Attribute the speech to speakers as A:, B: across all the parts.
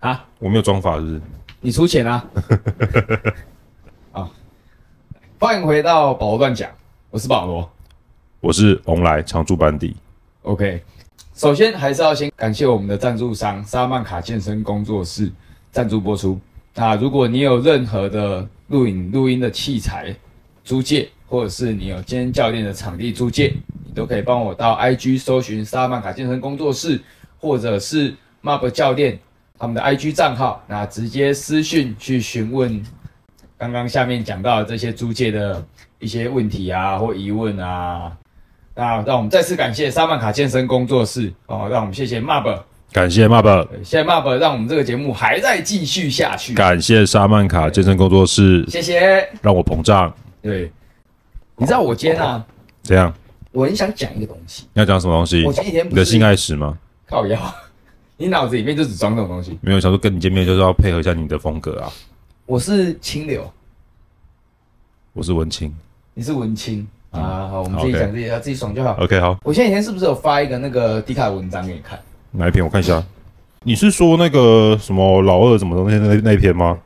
A: 啊，
B: 我没有装法，是不是？
A: 你出钱啊！啊，欢迎回到保罗乱讲，我是保罗。
B: 我是红来常驻班底，
A: OK，首先还是要先感谢我们的赞助商沙曼卡健身工作室赞助播出。那如果你有任何的录影录音的器材租借，或者是你有健身教练的场地租借，你都可以帮我到 IG 搜寻沙曼卡健身工作室，或者是 Map 教练他们的 IG 账号，那直接私讯去询问刚刚下面讲到的这些租借的一些问题啊或疑问啊，那让我们再次感谢沙曼卡健身工作室哦，让我们谢谢 Mab，
B: 感谢 MUB，
A: 对谢谢 Mab，让我们这个节目还在继续下去，
B: 感谢沙曼卡健身工作室，
A: 谢谢。
B: 让我膨胀。
A: 对，你知道我今天啊，
B: 怎样？
A: 我很想讲一个东西，
B: 你要讲什么东西
A: 我？前几天
B: 你
A: 不
B: 的
A: 是
B: 性爱史吗？
A: 靠腰， 你脑子里面就只装这种东西，
B: 没有，想说跟你见面就是要配合一下你的风格啊。
A: 我是清流，
B: 我是文青
A: 你是文青、啊，好，我们
B: 好
A: 自己
B: OK
A: 讲自己的，自己爽就好。
B: ，OK，好，
A: 我前几天是不是有发一个那个迪卡的文章给你看？
B: 哪一篇？我看一下。你是说那个什么老二什么东西那那一篇吗？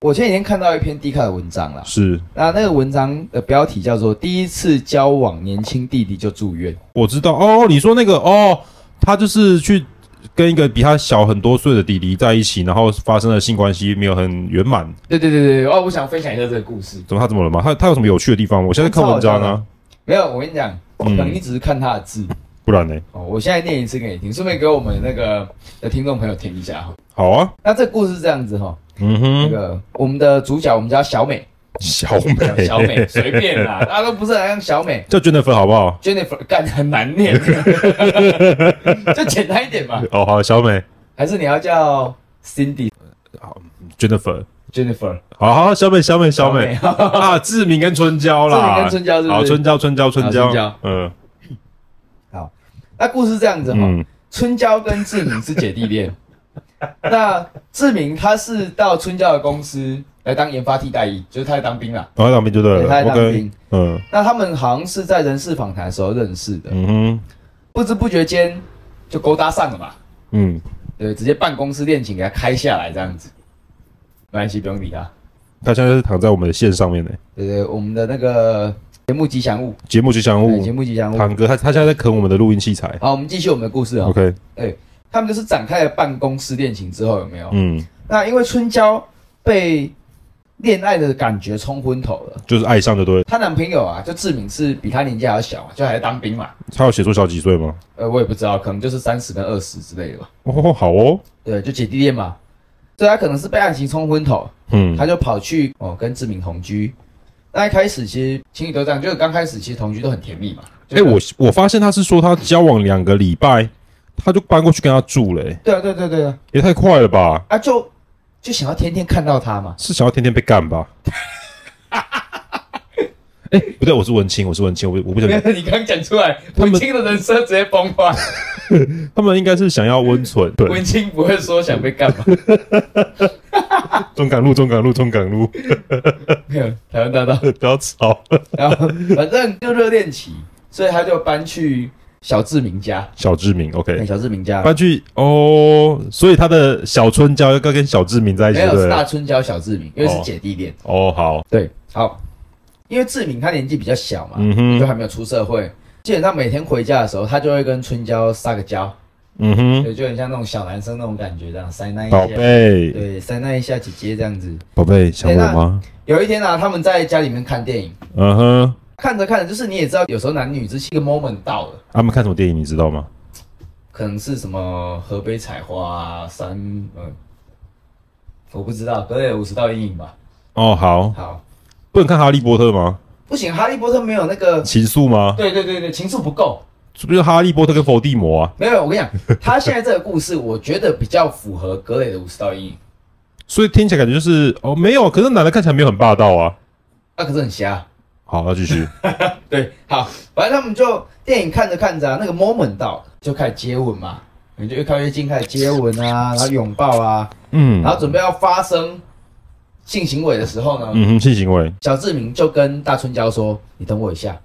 A: 我前几天看到一篇迪卡的文章啦，
B: 是
A: 那那个文章的标题叫做《第一次交往年轻弟弟就住院》。
B: 我知道哦，你说那个哦，他就是去跟一个比他小很多岁的弟弟在一起，然后发生了性关系，没有很圆满，
A: 对对对对，哦，我想分享一下这个故事。
B: 怎么他怎么了吗？他他有什么有趣的地方吗？我现在看文章啊，
A: 没有，我跟你讲，可
B: 嗯
A: 能你只是看他的字、
B: 不然呢？
A: 哦。我现在念一次给你听，顺便给我们那个的听众朋友听一下哈。
B: 好啊，
A: 那这个故事是这样子哈、
B: 嗯
A: 那
B: 哼，
A: 个我们的主角我们叫小 美，
B: 小
A: 叫
B: 美，
A: 小美随便啦，大家都不是很像小美
B: 叫 Jennifer 好不好？
A: ，Jennifer 干很难 念，就简单一点嘛。
B: 哦，好，小美
A: 还是你要叫 Cindy
B: ，Jennifer，
A: Jennifer
B: 好好，小美，小美，小美
A: 好
B: 啊，志明跟春娇
A: 志明
B: 啦，
A: 跟春娇是不是
B: 好，春娇，春娇，春
A: 好春
B: 娇
A: 娇，
B: 嗯
A: 那故事是这样子哈、
B: 嗯，
A: 春娇跟志明是姐弟恋。那志明他是到春娇的公司来当研发替代役，就是他在当兵啦，
B: 我在当兵就对
A: 对，
B: 了
A: 他在当
B: ，OK，
A: 兵。
B: 嗯
A: 那他们好像是在人事访谈的时候认识的，
B: 嗯哼，
A: 不知不觉间就勾搭上了嘛，
B: 嗯，
A: 对，直接办公室恋情给他开下来这样子。没关系，不用理他。
B: 他现在是躺在我们的线上面呢，
A: 对对，我们的那个节目吉祥物，
B: 节目吉祥
A: 对
B: 物
A: 节。目吉祥物。
B: 堂哥，他他现在在啃我们的录音器材。
A: 好，我们继续我们的故事哦。
B: OK，
A: 他们就是展开了办公室恋情之后，有没有？
B: 嗯，
A: 那因为春娇被恋爱的感觉冲昏头了，
B: 就是爱上就对了。
A: 她男朋友啊，就志敏是比她年纪还要小嘛，就还在当兵嘛，
B: 他有写出小几岁吗？
A: 呃，我也不知道，可能就是三十跟二十之类的吧。
B: 哦，好哦，
A: 对，就姐弟恋嘛，所以她可能是被爱情冲昏头，
B: 嗯
A: 她就跑去哦跟志敏同居。那一开始其实情侣都这样，就是刚开始其实同居都很甜蜜嘛。
B: 哎、我我发现他是说他交往两个礼拜，他就搬过去跟他住了、欸，
A: 对啊对对对啊，
B: 也太快了吧？
A: 啊就就想要天天看到她嘛。
B: 是想要天天被干吧？ 哎、不对，我是文青，我是文青，我不我不想
A: 没，有， 你刚讲出来，
B: 们
A: 文青的人设直接崩坏。
B: 他们应该是想要温存，对，
A: 文青不会说想被干嘛。
B: 中港路，中港路，中港路，
A: 没有，台湾大道。
B: 不要吵，
A: 然后反正就热恋期，所以他就搬去小志明家。
B: 小志明
A: 哎
B: ，OK，
A: 小志明家
B: 搬去哦，所以他的小春娇要跟小志明在一起，
A: 没
B: 对
A: 有
B: 不
A: 是大
B: 对？
A: 春娇小志明，因为是姐弟恋。
B: 哦，好，
A: 对，好，因为志明他年纪比较小嘛，
B: 嗯哼
A: 就还没有出社会。基本上每天回家的时候，他就会跟春娇撒个娇，
B: 嗯哼，
A: 对，就很像那种小男生那种感觉，这样塞那一
B: 宝
A: 下，
B: 贝，
A: 对，塞那一下姐姐这样子。
B: 宝贝，想我吗？
A: 有一天啊，他们在家里面看电影，
B: 嗯哼，
A: 看着看着，就是你也知道，有时候男女之间一个 moment 到了，
B: 他们看什么电影，你知道吗？
A: 可能是什么河北采花啊，山呃，我不知道，格雷五十道阴影吧。
B: 哦，好，
A: 好，
B: 不能看《哈利波特》吗？
A: 不行，哈利波特没有那个，
B: 情愫吗？
A: 对对对对，情愫不够。
B: 是不是哈利波特跟伏地魔啊？
A: 没有，我跟你讲，他现在这个故事，我觉得比较符合格雷的五十道阴影。
B: 所以听起来感觉就是哦，没有，可是男的看起来没有很霸道啊。
A: 那、可是很瞎。
B: 好，那继续。
A: 对，好，反正他们就电影看着看着啊，那个 moment 到了，就开始接吻嘛，你就越靠越近，开始接吻啊，然后拥抱啊，
B: 嗯
A: 然后准备要发生性行为的时候呢，
B: 嗯哼，性行为
A: 小志明就跟大春娇说：“ 你等我一下，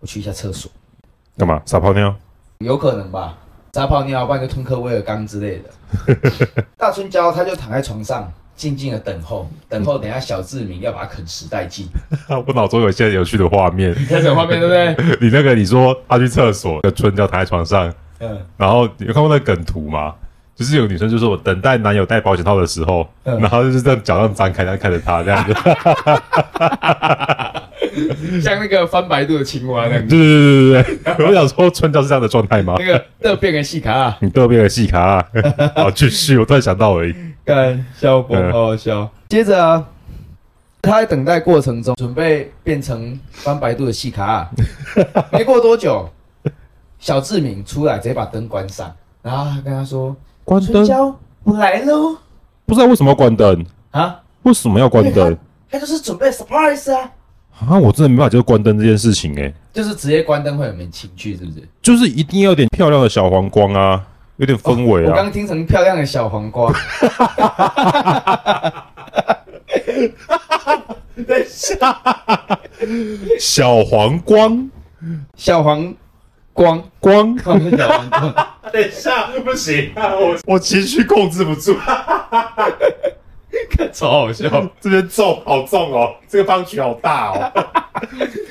A: 我去一下厕所。
B: 干嘛？撒泡尿？”
A: 有可能吧？撒泡尿，不然就吞克威尔刚之类的。 大春娇她就躺在床上，静静的等候，等候等一下小志明要把她啃食殆尽，
B: 我脑中有现在有趣的画面，
A: 这种画面对不对？
B: 你那个你说他去厕所，那春娇躺在床上，
A: 嗯，
B: 然后你有看过那个梗图吗？就是有个女生就说我等待男友戴保险套的时候，
A: 嗯
B: 然后就是这样脚上张开，然后看着他这样子，
A: 像那个翻白肚的青蛙那样，
B: 对对对对对对，我 想说春娇是这样的状态吗
A: 那？个这变个戏卡、啊，
B: 你都变个戏卡、啊，好继续，我突然想到而已，
A: 干笑崩，好
B: 嗯
A: 好笑。接着啊，他在等待过程中准备变成翻白肚的西 卡、啊，没过多久，小志明出来直接把灯关上，然后他跟他说
B: 关：“
A: 春娇，我来喽
B: 不知道为什么要关灯，！”
A: 啊，
B: 为什么要关灯
A: 他就是准备 surprise 啊，
B: 啊？我真的没办法接受关灯这件事情、欸，
A: 就是直接关灯会很没情趣，是不是？
B: 就是一定要有点漂亮的小黄光啊，有点氛围
A: 我
B: 啊。
A: 刚听成漂亮的小黄 瓜。等一下，
B: 小黄光
A: 小黄光，
B: 光，
A: 看我们哦小黄 光。
B: 等一下，不行啊，我我情绪控制不住，哦
A: 超好笑。
B: 这边重好重哦，这个棒曲好大 哦，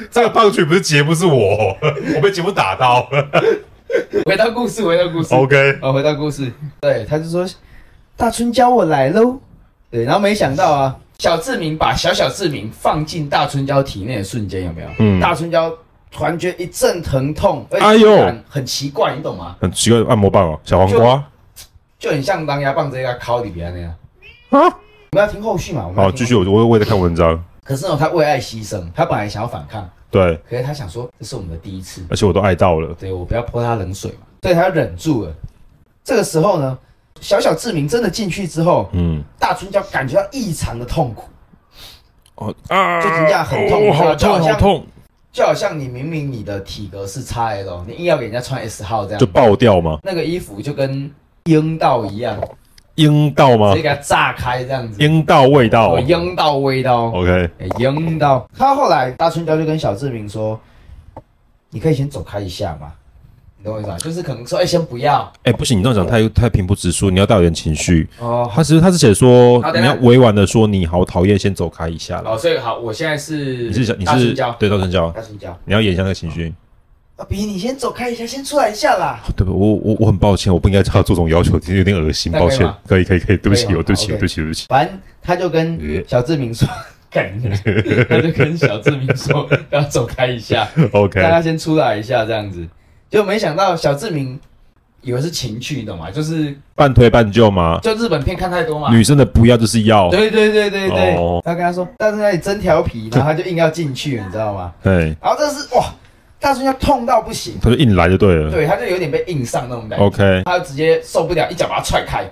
B: 这个棒曲不是节目是我哦，我被节目打到。
A: 回到故事，回到故事。
B: OK，
A: 哦，回到故事。对，他就说大春娇我来喽。对，然后没想到啊，小志明把小小志明放进大春娇体内的瞬间，有没有？
B: 嗯
A: 大春娇突然觉得一阵疼痛，而
B: 哎
A: 且
B: 呦
A: 触感很奇怪，你懂吗？
B: 很奇怪，按摩棒哦，小黄瓜
A: 就很像狼牙棒直接给他敲里边那样。
B: 啊。
A: 我们要听后续嘛？我们要
B: 好，
A: 听
B: 继续，。我我我也在看文章，
A: 可是呢，他为爱牺牲，他本来想要反抗，
B: 对，
A: 可是他想说这是我们的第一次，
B: 而且我都爱到了，
A: 对我不要泼他冷水嘛，所以他忍住了。这个时候呢，小小志明真的进去之后，
B: 嗯，
A: 大春娇感觉到异常的痛苦，
B: 哦啊
A: 就评价很痛
B: 哦好
A: 就好
B: 痛，
A: 像
B: 好痛，
A: 就好像你明明你的体格是 XL，你硬要给人家穿 S 号这
B: 就
A: 样，
B: 爆掉吗？
A: 那个衣服就跟阴道一样，
B: 啊阴道吗
A: 直接？给它炸开这样子，
B: 阴道味道哦
A: 有阴道味道，
B: ，OK，
A: 哎阴道。他后来大春娇就跟小志明说：“你可以先走开一下嘛，你懂我意思吧？就是可能说，哎、先不要
B: 哎、不行，你这样讲太太平不直述，你要带有点情绪。
A: 哦，
B: 他其实他是写说
A: 好，等
B: 你
A: 一
B: 要
A: 下
B: 委婉的说你好讨厌，先走开一下啦。
A: 哦，所以好，我现在是
B: 你是想你
A: 大
B: 是
A: 春娇，
B: 对赵春娇，
A: 大春娇，
B: 你要演一下那个情绪。
A: 阿比，你先走开一下，先出来一下啦。
B: 对不，我我我很抱歉，我不应该这样做这种要求，其实有点恶心，
A: 那可以
B: 抱歉
A: 吗。
B: 可以可以可以，对不起，
A: 可以吗哦
B: 我对不起，
A: 好
B: 我对不起，对不起。
A: 反正他就跟小志明说， 干你，他就跟小志明说要走开 一下，
B: OK，
A: 大家先出来一下这样子。就没想到小志明以为是情趣，你懂吗？就是
B: 半推半就嘛，
A: 就日本片看太多嘛。
B: 女生的不要就是要，
A: 对对对对对，
B: 哦
A: 他跟他说，但是那里真调 皮，然后他就硬要进去，你知道吗？
B: 哎，
A: 然后这是哇，大春要痛到不行，
B: 他就硬来就对了。
A: 对，他就有点被硬上那种感觉。
B: OK，
A: 他就直接受不了，一脚把他踹开，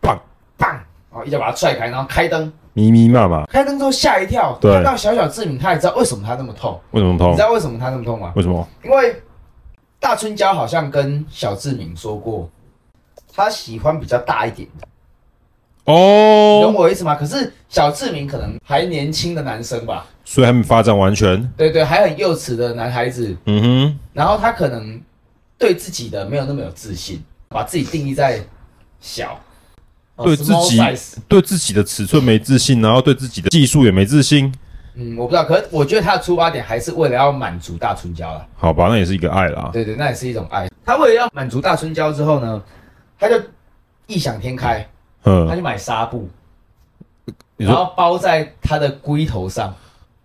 B: 棒
A: 棒，然后一脚把他踹开，然后开灯，
B: 咪咪骂嘛，
A: 开灯之后吓一跳，
B: 对哦
A: 看到小小志明，他也知道为什么他那么痛，
B: 为什么
A: 你
B: 痛
A: 知？道为什么他那么痛吗？
B: 为什么？
A: 因为大春娇好像跟小志明说过，他喜欢比较大一点的，你
B: 哦，
A: 懂我意思吗？可是小志明可能还年轻的男生吧，
B: 所以还没发展完全。
A: 对对，还很幼稚的男孩子，
B: 嗯哼，
A: 然后他可能对自己的没有那么有自信，把自己定义在小，哦
B: 对自己
A: small size
B: 对自己的尺寸没自信，然后对自己的技术也没自信。
A: 嗯，我不知道，可是我觉得他的出发点还是为了要满足大春娇啦。
B: 好吧，那也是一个爱啦。
A: 对对，那也是一种爱。他为了要满足大春娇之后呢，他就异想天开，他
B: 嗯，
A: 就买纱布，
B: 你
A: 然
B: 说
A: 后包在他的龟头上，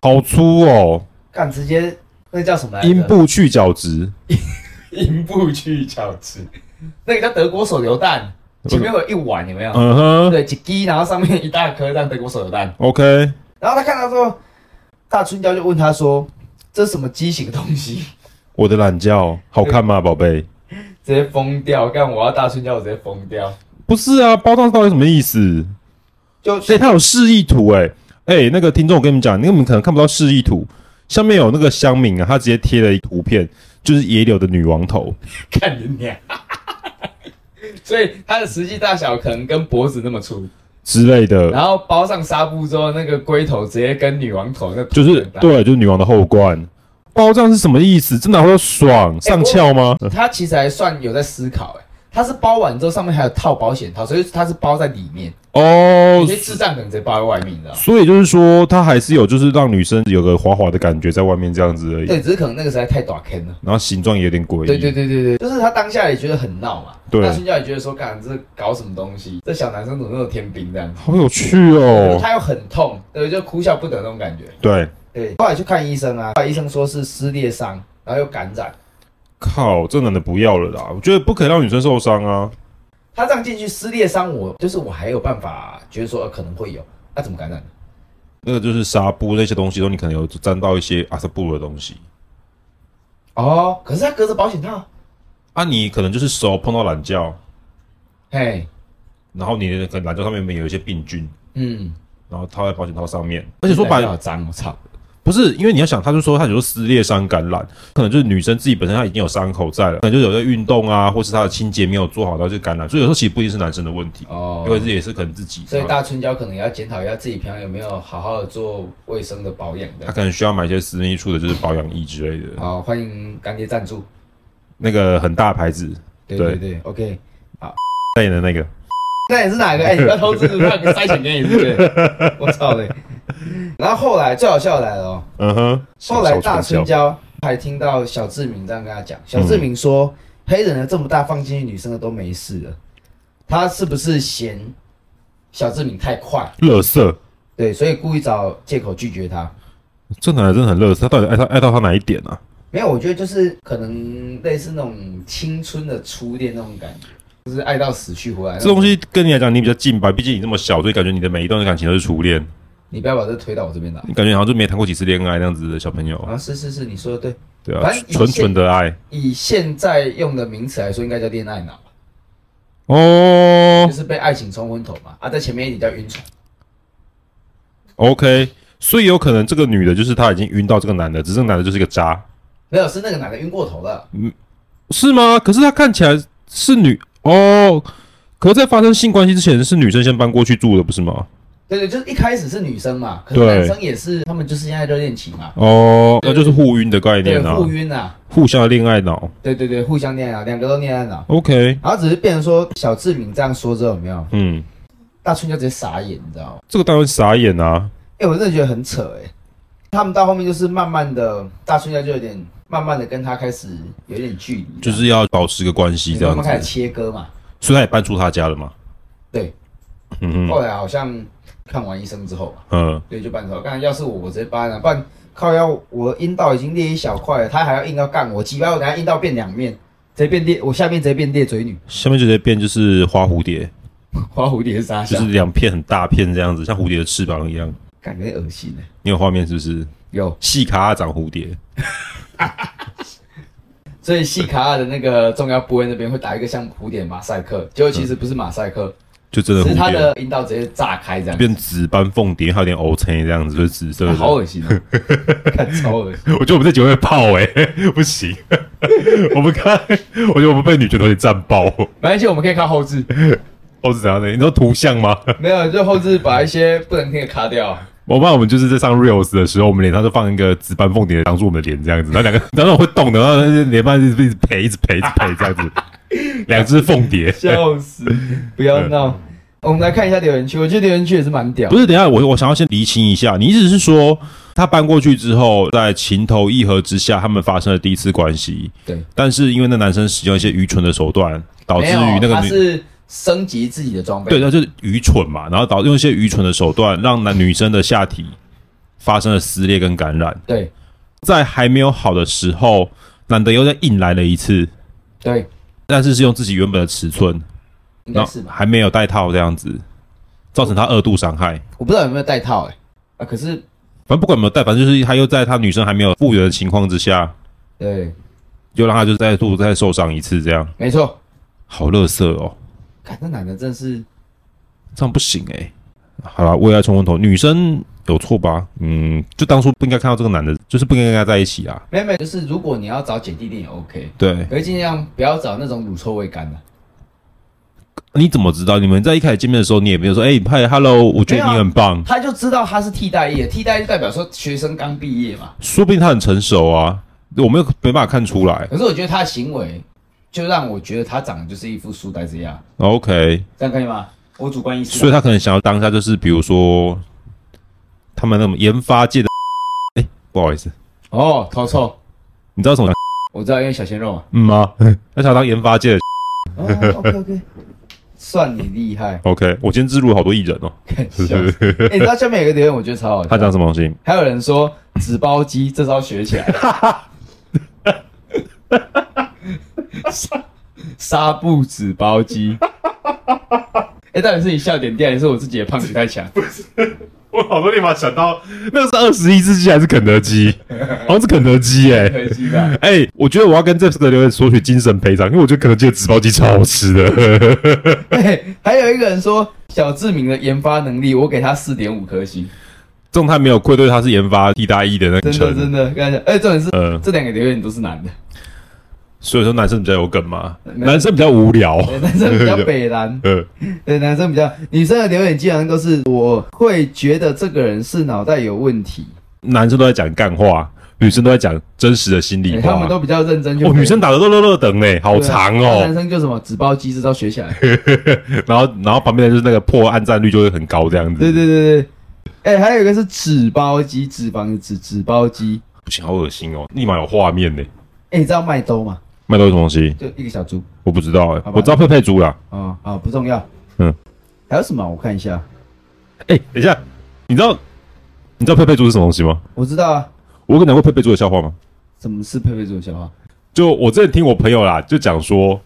B: 好粗哦，
A: 干直接那叫什么来着？
B: 阴部去角质，
A: 阴部去角质，那个叫德国手榴弹，前面会有一碗，有没有？
B: 嗯哼
A: 对，几滴，然后上面一大颗，像德国手榴弹。
B: ，OK，
A: 然后他看到之后，大春娇就问他说：“这是什么畸形的东西？”
B: 我的懒觉好看吗，宝贝？
A: 直接疯掉，干我要大春娇，我直接疯掉。
B: 不是啊，包装到底什么意思？
A: 就
B: 哎、它有示意图、欸，哎、那个听众，我跟你们讲，那个你们可能看不到示意图，下面有那个乡民啊，他直接贴了一图片，就是野柳的女王头，
A: 看你娘。所以它的实际大小可能跟脖子那么粗，
B: 之类的，
A: 然后包上纱布之后，那个龟头直接跟女王头那头
B: 就是
A: 很大。
B: 对，就是女王的后冠。
A: 哎
B: 包这样是什么意思？这哪会有爽上翘吗？
A: 他其实还算有在思考、欸，它是包完之后上面还有套保险套，所以它是包在里面。有
B: 哦，
A: 些智障可能直接包在外面，你知道吗？
B: 所以就是说，它还是有就是让女生有个滑滑的感觉在外面这样子而已，
A: 对，只是可能那个实在太短坑了。
B: 然后形状也有点诡异。
A: 对对对对对，就是他当下也觉得很闹嘛，
B: 对
A: 那孙教也觉得说，干这搞什么东西？这小男生怎么那么天兵这样子？
B: 好有趣哦。
A: 他又很痛，对，就哭笑不得那种感觉。
B: 对，
A: 对，后来去看医生啊，后来医生说是撕裂伤，然后又感染。
B: 靠，这男的不要了啦！我觉得不可以让女生受伤啊。
A: 他这样进去撕裂伤，我就是我还有办法觉得说、呃可能会有，那、怎么感染的？
B: 那个就是纱布那些东西都你可能有沾到一些阿萨布的东西
A: 哦，可是他隔着保险套，
B: 啊，你可能就是手碰到懒觉，
A: 嘿，
B: 然后你的可能懒觉上面有一些病菌，
A: 嗯，
B: 然后套在保险套上面。而且说白
A: 了
B: 了，
A: 好脏，我操，
B: 不是因为你要想，他就说他有时候撕裂伤感染，可能就是女生自己本身她已经有伤口在了，可能就有在运动啊，或是她的清洁没有做好，然后就感染。所以有时候其实不一定是男生的问题，
A: 哦
B: 因，为这也是可能自己，
A: 所以大春娇可能也要检讨一下自己平常有没有好好的做卫生的保养
B: 她
A: 的。
B: 可能需要买一些私密处的，就是保养液之类的，
A: 好，欢迎干爹赞助，
B: 那个很大牌子
A: 对
B: 对
A: 对对，OK。
B: 代言的那个。
A: 那你是哪一个？哎、你不要投资，让你塞钱给你，是不 是？我操嘞！然后后来最好笑的来了哦，
B: 嗯哼，
A: 后来
B: 小
A: 大春
B: 小
A: 娇还听到小志明这样跟他
B: 嗯
A: 讲，小志明说、黑人的这么大放进去女生的都没事了，他是不是嫌小志明太快？
B: 乐色，
A: 对，所以故意找借口拒绝他。
B: 这男的真的很乐色，他到底爱他爱到他哪一点啊？
A: 没有，我觉得就是可能类似那种青春的初恋那种感觉，就是爱到死去活来。
B: 这东，西跟你来讲，你比较近吧，毕竟你这么小，所以感觉你的每一段感情都是初恋，
A: 你不要把这推到我这边来。
B: 你感觉好像就没谈过几次恋爱那样子的小朋友，
A: 啊，是是是，你说的对。
B: 对啊
A: 反正，以前
B: 纯纯的爱
A: 以现在用的名词来说，应该叫恋爱脑，
B: 哦
A: 就。是被爱情冲昏头嘛。啊，在前面一点叫晕船。
B: OK，所以有可能这个女的就是她已经晕到这个男的，只是这个男的就是一个渣，
A: 没有，是那个男的晕过头了。
B: 是吗？可是她看起来是女哦，可是在发生性关系之前是女生先搬过去住的，不是吗？
A: 对对，就是一开始是女生嘛，可是
B: 对
A: 男生也是，他们就是现在热恋期嘛，
B: 哦，那就是互晕的概
A: 对，
B: 念啊，
A: 互晕啊，
B: 互相的恋爱脑。
A: 对对对，互相恋爱脑，两个都恋爱脑。
B: OK，
A: 然后只是变成说小志明这样说之后，有没有
B: 嗯，
A: 大春就直接傻眼，你知道吗？
B: 这个当然傻眼啊。
A: 哎、我真的觉得很扯哎、他们到后面就是慢慢的，大春家就有点慢慢的跟他开始有点距离，
B: 就是要保持个关系这
A: 慢
B: 样
A: 慢开始
B: 子，
A: 切割嘛。
B: 所以他也搬出他家了嘛。
A: 对，
B: 嗯
A: 后
B: 哼，
A: 来好像看完医生之后嘛，
B: 嗯，
A: 对，就搬走。刚才要是我，我直接搬了，不然靠腰，我阴道已经裂一小块了，他还要硬要干我，鸡巴我等下阴道变两面，直接变裂，我下面直接变裂嘴女，
B: 下面就直接变就是花蝴蝶，
A: 花蝴蝶 沙
B: 就是两片很大片这样子，像蝴蝶的翅膀一样。
A: 感觉恶心呢、
B: 你有画面是不是？
A: 有，
B: 细卡啊长蝴蝶，
A: 所以细卡尔的那个重要部位那边会打一个像蝴蝶马赛克，结果其实不是马赛克，
B: 就真的
A: 只是他
B: 蝴蝶
A: 的阴道直接炸开这样，
B: 嗯变紫斑凤蝶，还有点 O C 这样子，就是紫色
A: 啊
B: 的。
A: 好恶心、啊， 看超恶心。
B: 我觉得我们这酒会泡哎、 不行，我们看，我觉得我们被女拳头给战爆。
A: 没关系，我们可以看后置，
B: 哦是怎样的？你知道图像吗？
A: 没有就后置把一些不能听的卡掉。啊
B: 我怕我们就是在上 reels 的时候，我们脸上就放一个紫斑凤蝶挡住我们的脸这样子，然后两个， 然后那种会动的，然后那脸上一直一直陪，一直陪，一直陪这样 子，两只凤蝶。
A: 笑死！不要闹。嗯
B: 嗯
A: 我们来看一下留言区，我觉得留言区也是蛮屌
B: 不。是，等一下我我想要先厘清一下，你意思是说他搬过去之后，在情投意合之下，他们发生了第一次关系，
A: 对，
B: 但是因为那男生使用一些愚蠢的手段，导致
A: 没有，
B: 于那个
A: 他
B: 女。
A: 是升级自己的装备。
B: 对，那就是愚蠢嘛，然后导用一些愚蠢的手段，让男女生的下体发生了撕裂跟感染，
A: 对
B: 在还没有好的时候，男的又再硬来了一次，
A: 对，
B: 但是是用自己原本的尺寸，
A: 应该
B: 然后
A: 是吧？
B: 还没有戴套这样子，造成他二度伤害。
A: 我不知道有没有带套哎、啊，可是
B: 反正不管有没有戴，反正就是他又在他女生还没有复原的情况之下，
A: 对，
B: 又让他就再度再受伤一次，这样
A: 没错。
B: 好乐色哦，
A: 看这男的真是，
B: 这样不行诶、好啦，为爱冲昏头，女生有错吧？嗯，就当初不应该看到这个男的，就是不应该跟他在一起啊。
A: 没有没有，就是如果你要找姐弟恋也 OK，
B: 对，
A: 可是尽量不要找那种乳臭未干的。
B: 你怎么知道？你们在一开始见面的时候，你也没有说，哎、嗨，hello，我觉得
A: 没有啊
B: 你很棒，
A: 他就知道他是替代役，替代役就代表说学生刚毕业嘛。
B: 说不定他很成熟啊，我们又没办法看出来。
A: 可是我觉得他的行为就让我觉得他长得就是一副书呆子样，
B: OK，
A: 这样可以吗？我主观意识啊。
B: 所以他可能想要当下就是比如说他们那种研发界的， 哎、不好意思，
A: 哦，头臭，
B: 你知道什么
A: 我知道，因为小鲜肉嘛。
B: 嗯吗？他想要当研发界的
A: 哦，OK OK，算你厉害。
B: OK，我今天记录了好多艺人哦，
A: 是是 哎，你知道下面有一个留言，我觉得超好
B: 他
A: 笑。
B: 讲什么东西？
A: 还有人说纸包鸡这招学 起来，纱布纸包鸡。哎、到底是你笑点低，还是我自己的胖子太强？
B: 我好多立马想到，那个是二十一世纪还是肯德 基？好像是肯德基哎、
A: 可惜吧。
B: 哎、我觉得我要跟这次的留言索取精神赔偿，因为我觉得肯德基的纸包鸡超好吃 的。
A: 对，哎还有一个人说小志明的研发能力，我给他四点五颗星，
B: 正太没有愧对他是研发替代一的那个
A: 真的
B: 成，
A: 真的。跟他讲，哎、重点是、
B: 呃，
A: 这两个留言都是男的，
B: 所以说男生比较有梗嘛，
A: 有
B: 男生比较无聊。，
A: 对男生比较北蓝
B: 呃，
A: 对男生比较女生的留言基本上都是我会觉得这个人是脑袋有问题，
B: 男生都在讲干话，女生都在讲真实的心里
A: 哎
B: 话。
A: 他们都比较认真就
B: 哦，
A: 可以
B: 女生打的都乐乐等嘞，好
A: 对啊
B: 长
A: 那
B: 哦
A: 男。生就什么纸包鸡这招学起来，
B: 然后，然后旁边的就是那个破案战率就会很高这样子。
A: 对对对对。哎、还有一个是纸包鸡，脂肪的纸，纸包鸡。
B: 不行，好恶心哦，立马有画面呢。
A: 哎、你知道麦兜吗？
B: 卖到什么东西？
A: 就一个小猪。
B: 我不知道哎、
A: 好吧
B: 我知道佩佩猪啦。
A: 哦，好，不重要。
B: 嗯，
A: 还有什么啊？我看一下。
B: 哎、等一下，你知道你知道佩佩猪是什么东西吗？
A: 我知道啊，
B: 我有跟你讲过佩佩猪的笑话吗？
A: 什么是佩佩猪 的笑话？
B: 就我之前听我朋友啦，就讲说，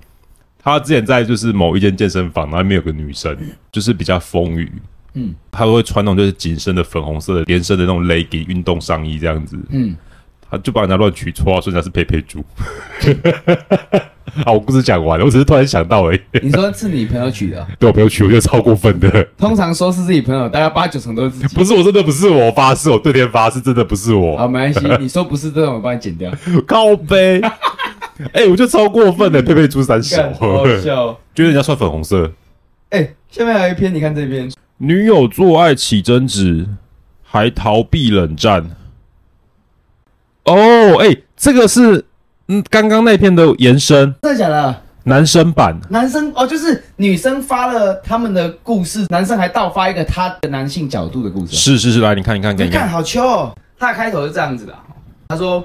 B: 他之前在就是某一间健身房，然后里面有个女生，就是比较丰腴，
A: 嗯，
B: 她会穿那种就是紧身的粉红色的连身的那种 legging 运动上衣这样子，
A: 嗯，
B: 他就把人家乱取绰号，说人家是佩佩猪。 啊，我故事讲完了，我只是突然想到而已。
A: 你说是你朋友取的啊、
B: 对我朋友取，我觉得超过分的。
A: 通常说是自己朋友，大概八九成都是自己。
B: 不是我，真的不是我，我发誓，我对天发誓，真的不是我
A: 好，。没关系，你说不是这种，我帮你 剪掉。
B: 靠 背，哎、我觉得超过分的，佩佩猪三小
A: 嗯干，好好笑哦。
B: 觉得人家穿粉红色。
A: 哎、下面还有一篇，你看这篇，
B: 女友做爱起争执，还逃避冷战。哦，哎、这个是嗯，刚刚那篇的延伸，
A: 真的假的？
B: 男生版。
A: 男生哦，就是女生发了他们的故事，男生还倒发一个他的男性角度的故事。
B: 是是是，来你看，你看，给
A: 你
B: 你
A: 看
B: 看。
A: 好秋哦，他的开头是这样子的啊、他说：“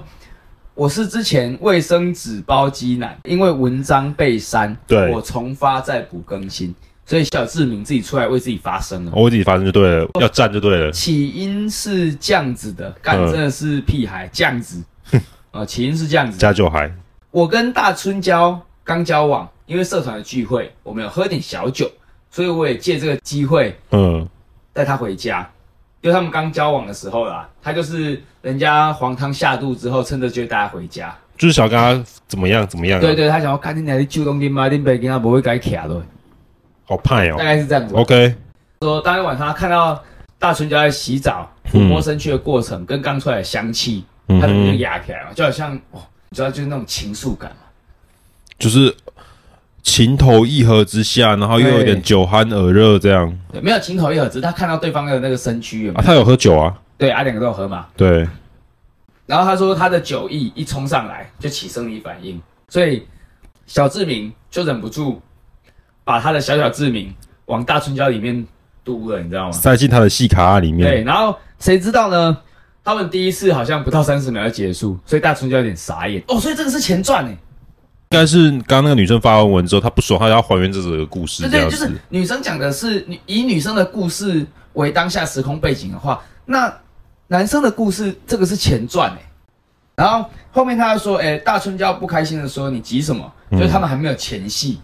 A: 我是之前卫生纸包机男，因为文章被删，
B: 对
A: 我重发再补更新，所以小志明自己出来为自己发声了。
B: 我自己发生就对了，
A: 哦
B: 要站就对了。
A: 起因是这样子的，干
B: 嗯
A: 真的是屁孩这 样子啊、起因是这样子的，
B: 加就还
A: 我跟大春交刚交往，因为社团的聚会，我们有喝点小酒，所以我也借这个机会
B: 嗯，
A: 带她回家。就他们刚交往的时候啦，他就是人家黄汤下肚之后，趁着机会带她回家。
B: 就是想跟他怎么样怎么样、啊。
A: 对，对，他想要赶紧来救东京嘛，丁北京他不会改卡的，
B: 哦好派哦
A: 大。概是这样子吧。
B: OK，
A: 说当天晚上他看到大春娇在洗澡，抚摸身躯的过程跟刚出来的香气，
B: 嗯
A: 他整个
B: 哼，
A: 压起来嘛，就好像哦，你知道就是那种情愫感嘛。
B: 就是情投意合之下，然后又有点
A: 对
B: 酒酣耳热这样
A: 对，没有情投意合，只是他看到对方的那个身躯有没
B: 啊。
A: 有？
B: 他有喝酒啊？
A: 对，啊，两个都有喝嘛。
B: 对，
A: 然后他说他的酒意一冲上来就起生理反应，所以小志明就忍不住把他的小小志明往大春娇里面嘟了，你知道吗？
B: 塞进他的细卡里面
A: 对，。然后谁知道呢？他们第一次好像不到三十秒就结束，所以大春娇有点傻眼。哦，所以这个是前传哎，
B: 应该是刚刚那个女生发完文之后，她不爽，她要还原这整个故事
A: 对
B: 这
A: 对，
B: 样
A: 就是
B: 子。
A: 女生讲的是女以女生的故事为当下时空背景的话，那男生的故事这个是前传哎、然后后面他又说，哎、大春娇不开心的说，你急什么？
B: 嗯
A: 就是他们还没有前戏。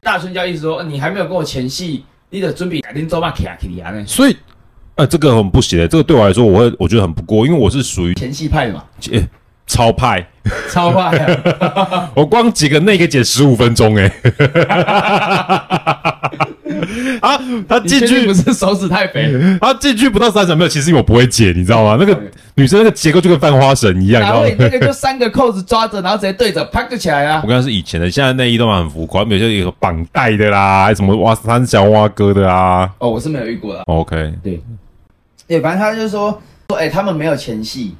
A: 大春娇一直说，呃你还没有跟我前戏，你的准备改天做嘛卡起啊呢？
B: 所以，呃，这个很不行、这个对我来说，我会我觉得很不过，因为我是属于、
A: 前戏派的嘛，
B: 欸、超派，
A: 超派、 啊。
B: 我光几个内给剪十五分 钟、欸，啊，他
A: 你确
B: 进
A: 定
B: 去
A: 不，是手指太 肥？
B: 他进去不到三十秒，其实我不会剪，你知道吗？那个女生那个结构就跟翻花绳一样，你
A: 哪会
B: 知道吗？
A: 那个就三个扣子抓着，然后直接对着，啪就起来啊
B: 我！刚刚是以前的，现在内衣都蛮浮夸，比如说有绑带的啦，什么哇三小蛙哥的啊。
A: 哦，我是没有遇过的。
B: OK，
A: 对，反正他就说说，哎、他们没有前戏，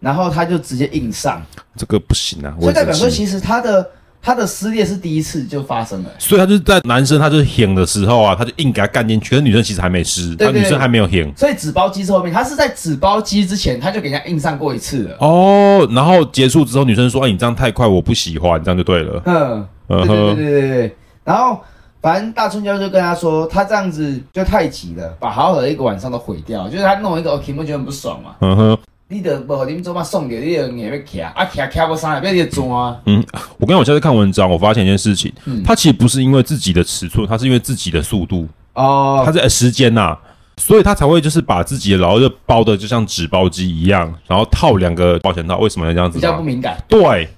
A: 然后他就直接硬上，
B: 这个不行啊，我
A: 所以代
B: 也
A: 表
B: 是
A: 说，其实他的他的撕裂是第一次就发生了。
B: 所以他就是在男生他就是舔的时候啊，他就硬给他干进去，可是女生其实还没湿，
A: 对
B: 他
A: 对
B: 女生还没有舔。
A: 所以纸包鸡是后面，他是在纸包鸡之前他就给人家印上过一次了。
B: 哦，然后结束之后，女生说：“哎，你这样太快，我不喜欢。”这样就对了。
A: 嗯，对
B: 嗯
A: 对对
B: 哼，
A: 对对对。然后反正大春娇就跟他说，他这样子就太急了，把好好的一个晚上都毁掉，就是他弄一个 OK，我觉得很不爽嘛。
B: 嗯哼，
A: 你的无你们做嘛送给你的硬要徛，啊徛徛不上来，不要你抓啊。
B: 嗯，我跟你讲我下次看文章，我发现一件事情，
A: 嗯
B: 他其实不是因为自己的尺寸，他是因为自己的速度，他
A: 哦，
B: 在、呃时间呐、所以他才会就是把自己的劳热包的就像纸包机一样，然后套两个保险套。为什么要这样子
A: 比
B: 吗？
A: 较不敏感，
B: 对，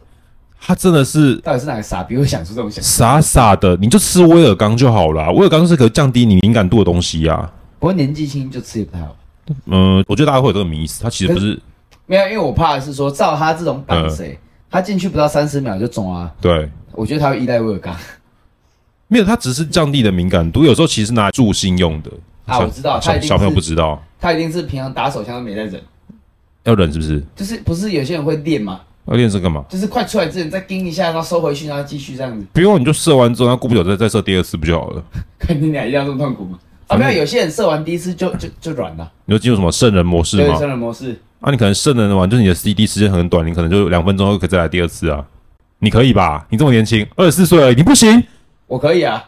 B: 他真的是
A: 到底是哪个傻逼会想出这种想？
B: 傻傻的，你就吃威尔刚就好啦。威尔刚是可以降低你敏感度的东西啊。
A: 不过年纪轻就吃也不太好。
B: 嗯，我觉得大家会有这个迷思，它其实不是
A: 没有，因为我怕的是说，照他这种绑谁，
B: 嗯
A: 他进去不到三十秒就中啊。
B: 对，
A: 我觉得他会依赖威尔刚
B: 没有，它只是降低你的敏感度，有时候其实是拿来助兴用的。
A: 啊，
B: 小
A: 我知道，他
B: 小
A: 一定
B: 小朋友不
A: 是
B: 知道
A: 他一定是平常打手枪都没在忍，
B: 要忍是不是？
A: 就是不是有些人会练嘛，
B: 要练这干嘛？
A: 就是快出来之前再盯一下，然后收回去，然后继续这样子。
B: 不用，你就射完之后，然后过不久再再射第二次不就好了？
A: 看你俩一样这么痛苦吗？啊，
B: 反
A: 没
B: 正
A: 有，有些人射完第一次就就就软了，
B: 你就进入什么圣人模式
A: 对，
B: 吗？
A: 生人模式。
B: 啊，你可能圣人完，就是你的 CD 时间很短，你可能就两分钟后可以再来第二次啊。你可以吧？你这么年轻，二十四岁而已，你不行，
A: 我可以啊，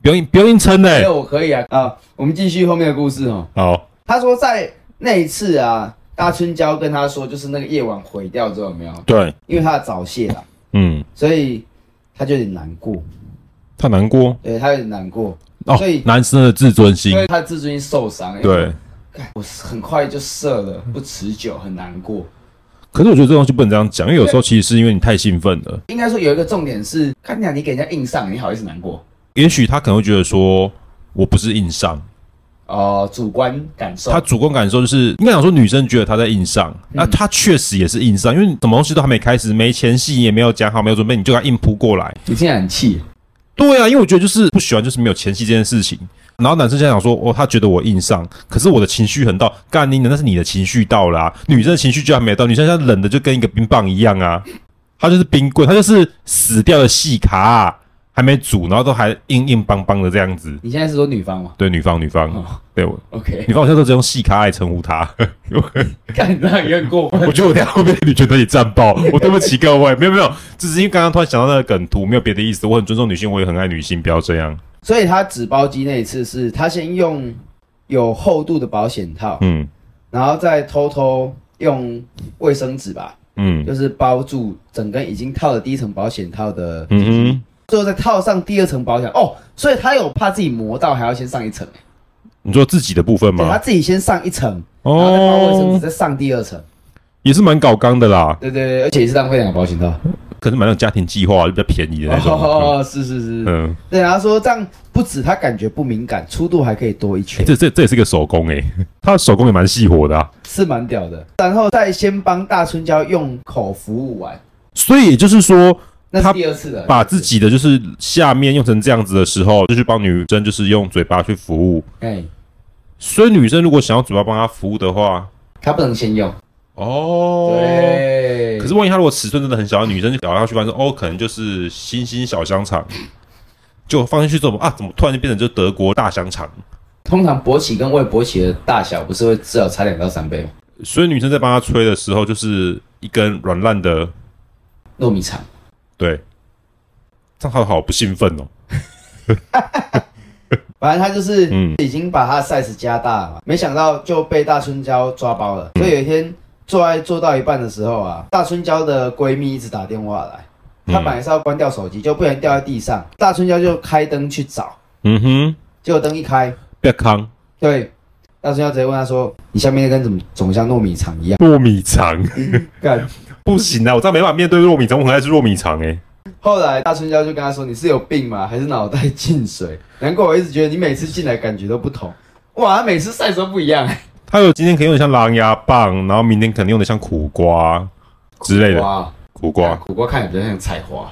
B: 不要硬不要硬撑嘞、
A: 没有我可以啊啊！我们继续后面的故事哦。
B: 好，
A: 他说在那一次啊，大春娇跟他说，就是那个夜晚毁掉之后有没有？
B: 对，
A: 因为他的早泄啦，
B: 嗯，
A: 所以他就有点难过，
B: 他难过
A: 对他有点难过，
B: 哦
A: 所以，
B: 男生的自尊心
A: 因，为他的自尊心受伤。，
B: 对。
A: 我很快就射了，不持久，很难过。
B: 可是我觉得这东西不能这样讲，因为有时候其实是因为你太兴奋了。
A: 应该说有一个重点是，看你俩你给人家硬上，你好意思难过？
B: 也许他可能会觉得说，我不是硬上，
A: 哦、主观感受
B: 他。主观感受就是应该讲说女生觉得他在硬上，那、他确实也是硬上，因为什么东西都还没开始，没前戏，也没有讲好，没有准备，你就给他硬扑过来。
A: 你竟然很气，
B: 对啊，因为我觉得就是不喜欢就是没有前戏这件事情。然后男生现在想说，哦，他觉得我硬上，可是我的情绪很到，干你娘那是你的情绪到啦、女生的情绪就还没到，女生现在冷的就跟一个冰棒一样啊，她就是冰棍，她就是死掉的细卡、啊还没煮，然后都还硬硬邦邦的这样子。
A: 你现在是说女方吗
B: 对，女方，女方，对我，
A: ？OK，
B: 女方我现在都只用细卡来称呼她。
A: 看这样也很过分。
B: 我觉得我等下会被女权团体战爆，我对不起各位，没有没有，只是因为刚刚突然想到那个梗图，没有别的意思，我很尊重女性，我也很爱女性，不要这样。
A: 所以他纸包机那一次是他先用有厚度的保险套，
B: 嗯
A: 然后再偷偷用卫生纸吧，
B: 嗯
A: 就是包住整根已经套了第一层保险套的，
B: 嗯哼。
A: 最后再套上第二层保险哦。所以他有怕自己磨到，还要先上一层、
B: 你说自己的部分
A: 对，他
B: 吗？
A: 自己先上一层，然后再包卫生纸，
B: 哦，
A: 再上第二层。
B: 也是蛮搞刚的啦，
A: 对对对，而且也是浪费两个保险套。
B: 可是买那种家庭计划就比较便宜的那种。
A: 哦，是是是，
B: 嗯，
A: 对，然后说这样不止他感觉不敏感，粗度还可以多一圈。
B: 这这这也是个手工诶，他的手工也蛮细活的啊。
A: 是蛮屌的。然后再先帮大春娇用口服务完，
B: 所以也就是说，
A: 那是
B: 他
A: 第二次了。
B: 把自己的就是下面用成这样子的时候，就去帮女生就是用嘴巴去服务。
A: 哎，
B: 所以女生如果想要嘴巴帮她服务的话，
A: 他不能先用。
B: 哦，
A: 对
B: 可是万一她如果尺寸真的很小，女生就咬下去发现哦，可能就是星星小香肠，就放进去之后啊，怎么突然就变成就德国大香肠？
A: 通常勃起跟未勃起的大小不是会至少差两到三倍吗？
B: 所以女生在帮他吹的时候，就是一根软烂的，
A: 糯米肠，
B: 对，这样好好不兴奋哦。
A: 反正他就是
B: 嗯
A: 已经把他的 size 加大了嘛，没想到就被大春娇抓包了。
B: 嗯
A: 所以有一天做爱做到一半的时候啊，大春娇的闺蜜一直打电话来。
B: 嗯
A: 她本来是要关掉手机，就不小心掉在地上。大春娇就开灯去找，
B: 嗯哼，
A: 结果灯一开，
B: 不要康
A: 对，大春要直接问他说：“你下面那根怎么肿得像糯米肠一样
B: 糯米肠
A: 干
B: 不行啊，我这样没办法面对糯米肠，我很爱吃糯米肠哎、？”
A: 后来大春娇就跟他说：“你是有病吗？还是脑袋进水？难怪我一直觉得你每次进来感觉都不同。哇，他每次晒都不一样。欸
B: 他有今天可以用的像狼牙棒，然后明天可能用的像苦瓜之类的
A: 哇，
B: 苦
C: 啊
B: 瓜。
A: 苦瓜看起来比较像菜花。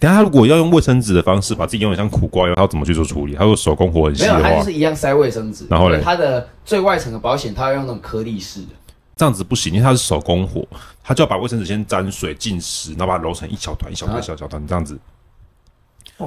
B: 等一下他如果要用卫生纸的方式把自己用的像苦瓜，他要怎么去做处理？他如果手工活很细
A: 没有，
B: 的
A: 他就
B: 话，
A: 是一样塞卫生纸，
B: 哦然后嘞
A: 它的最外层的保险套要用那种颗粒式的，
B: 这样子不行，因为它是手工火，它就要把卫生纸先沾水浸湿，然后把它揉成一小团一小团
C: 啊
B: 一小小团这样子，哦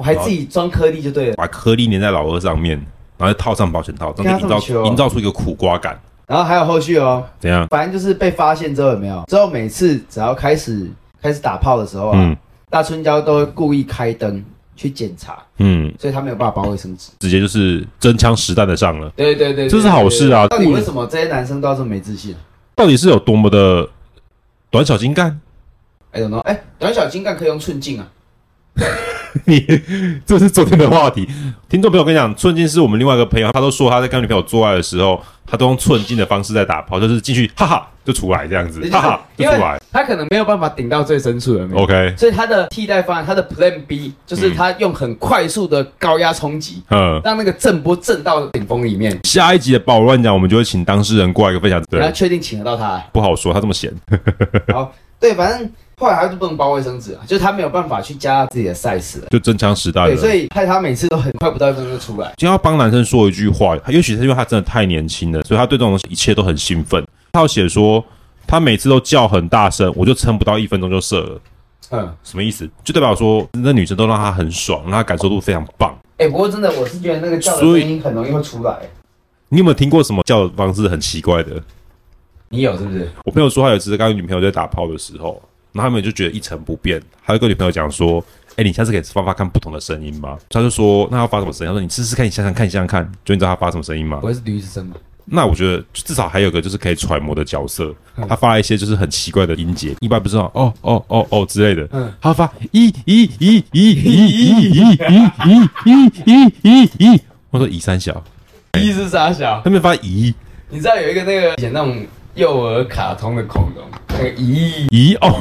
C: 我哦还自己装颗粒就对了。
B: 把颗粒粘在老二上面，然后再套上保险套，这样
C: 跟
B: 就
C: 它
B: 营
C: 这么哦久
B: 造出营造出一个苦瓜感。
C: 然后还有后续哦，
B: 怎样？
C: 反正就是被发现之后有没有？之后每次只要开始开始打炮的时候啊，
B: 嗯
C: 大春娇都会故意开灯去检查，
B: 嗯，
C: 所以他没有办法包卫生纸。
B: 直接就是真枪实弹的上了。
A: 对对对，对
B: 这是好事啊
C: 到底为什么这些男生都要这么没自信啊
B: 到底是有多么的短小精干？
C: ？I don't know。哎，短小精干可以用寸劲啊，
B: 你这是昨天的话题。听众朋友，我跟你讲，寸进是我们另外一个朋友，他都说他在跟女朋友做爱的时候，他都用寸进的方式在打炮，就是进去哈哈就出来这样子，哈哈就
A: 因
B: 出
A: 为
B: 来。
A: 他可能没有办法顶到最深处了。没有
B: OK，
A: 所以他的替代方案，他的 Plan B 就是他用很快速的高压冲击，
B: 嗯，
A: 让那个震波震到顶峰里面，
B: 下一集的保罗乱讲，我们就会请当事人过来分享。
C: 然后
B: 对，
C: 确定请得到他、哎
B: 不好说，他这么闲。
C: 对，反正后来他就不能包卫生纸啊，就是他没有办法去加自己的 size 了。
B: 就真枪实弹
C: 对，所
B: 了。
C: 以害他每次都很快不到一分钟就出来。
B: 今天要帮男生说一句话，也许是因为他真的太年轻了，所以他对这种一切都很兴奋。他要写说，他每次都叫很大声，我就撑不到一分钟就射了，
C: 嗯，
B: 什么意思？就代表说那女生都让他很爽，让他感受度非常棒。
C: 哎、不过真的，我是觉得那个叫的
B: 所以
C: 声音很容易会出来。
B: 你有没有听过什么叫的方式很奇怪的？
A: 你有是不是？
B: 我朋友说他有一次跟女朋友在打炮的时候，然后他们就觉得一成不变，他就跟女朋友讲说：“哎、你下次可以发发看不同的声音吗？”他就说：“那要发什么声音？”他说：“你试试看，你想想看，你想想看。”就你知道他发什么声音吗
A: 不？会是驴子声吧？
B: 那我觉得至少还有个就是可以揣摩的角色，他发了一些就是很奇怪的音节，一般不是那种哦哦哦哦之类的，
A: 嗯
B: 他发咦咦咦咦咦咦咦咦咦咦咦咦，我说咦三小，
A: 一是傻小，
B: 他没有发咦
A: 你知道有一个那个以前那种幼儿卡通的恐龙，那个咦，
B: 咦哦，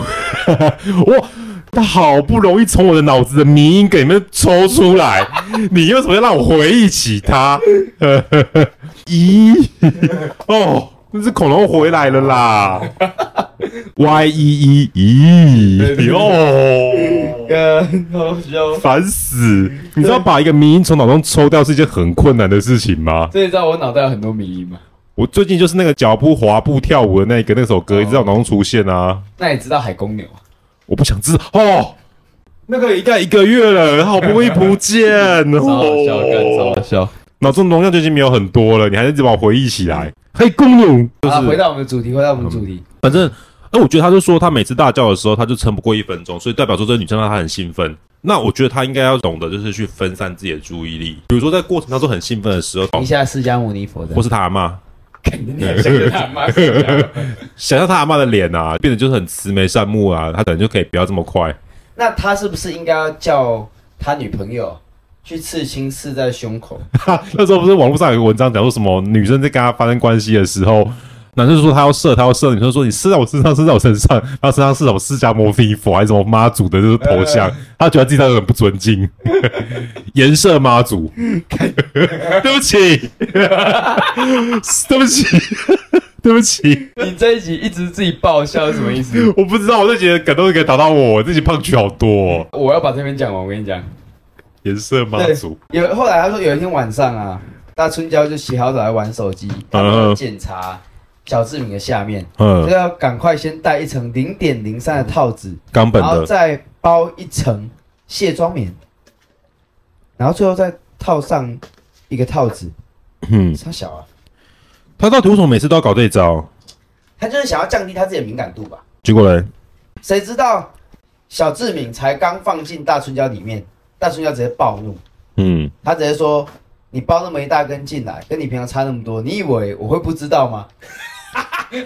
B: 哇，他好不容易从我的脑子的迷音给你们抽出来， 你为什么要让我回忆起他？ 咦哦，那只恐龙回来了啦！Y E E 咦哦，
C: 呃，好笑。
B: 烦死！你知道把一个迷音从脑中抽掉是一件很困难的事情吗？
A: 所以你知道我脑袋有很多迷音吗？
B: 我最近就是那个脚步滑步跳舞的那个那首歌一直在我脑中出现啊。
A: 那你知道海公牛啊？
B: 我不想知道哦。那个应该一个月了，好不容易不见
A: 超好笑，干超
B: 哦，
A: 好笑。
B: 脑中容量就已经没有很多了，你还是一直把我回忆起来。嘿，公牛就
A: 啊，回
B: 是，
A: 到我们的主题，回到我们的主题。
B: 反正，哎，我觉得他就说他每次大叫的时候，他就撑不过一分钟，所以代表说这个女生让他很兴奋。那我觉得他应该要懂得就是去分散自己的注意力，比如说在过程当中很兴奋的时候，
C: 一下释迦牟尼佛的
B: 嗯或，是他阿妈，
A: 肯定想着他妈睡觉
B: 想象他阿妈的脸啊，变得就是很慈眉善目啊，他可能就可以不要这么快。
C: 那他是不是应该要叫他女朋友去刺青，刺在胸口？
B: 哈那时候不是网络上有个文章讲说什么女生在跟他发生关系的时候，男生说他要射，他要射，女生说你射在我身上，射在我身上，然后身上是什么释迦摩尼佛还是什么妈祖的就是头像，他觉得自己很不尊敬，颜色妈祖，对不起，对不起，对不起，
A: 你这一集一直自己爆笑是什么意 思？
B: 我不知道，我就觉得感动可以打到我，我自己胖曲好多、哦，
A: 我要把这边讲完，我跟你讲。
B: 颜色妈祖，
C: 有后来他说有一天晚上啊，大春娇就洗好澡来玩手机，他没有检查小志敏的下面，
B: 嗯
C: 就，要赶快先带一层零点零三的套子，
B: 冈本
C: 然后
B: 的，
C: 再包一层卸妆棉，然后最后再套上一个套子。
B: 嗯，
C: 他小啊，
B: 他到底为什么每次都要搞这一招？
C: 他就是想要降低他自己的敏感度吧。
B: 结果嘞，
C: 谁知道小志敏才刚放进大春娇里面，大春娇直接暴怒，
B: 嗯，
C: 他直接说：“你包那么一大根进来，跟你平常差那么多，你以为我会不知道吗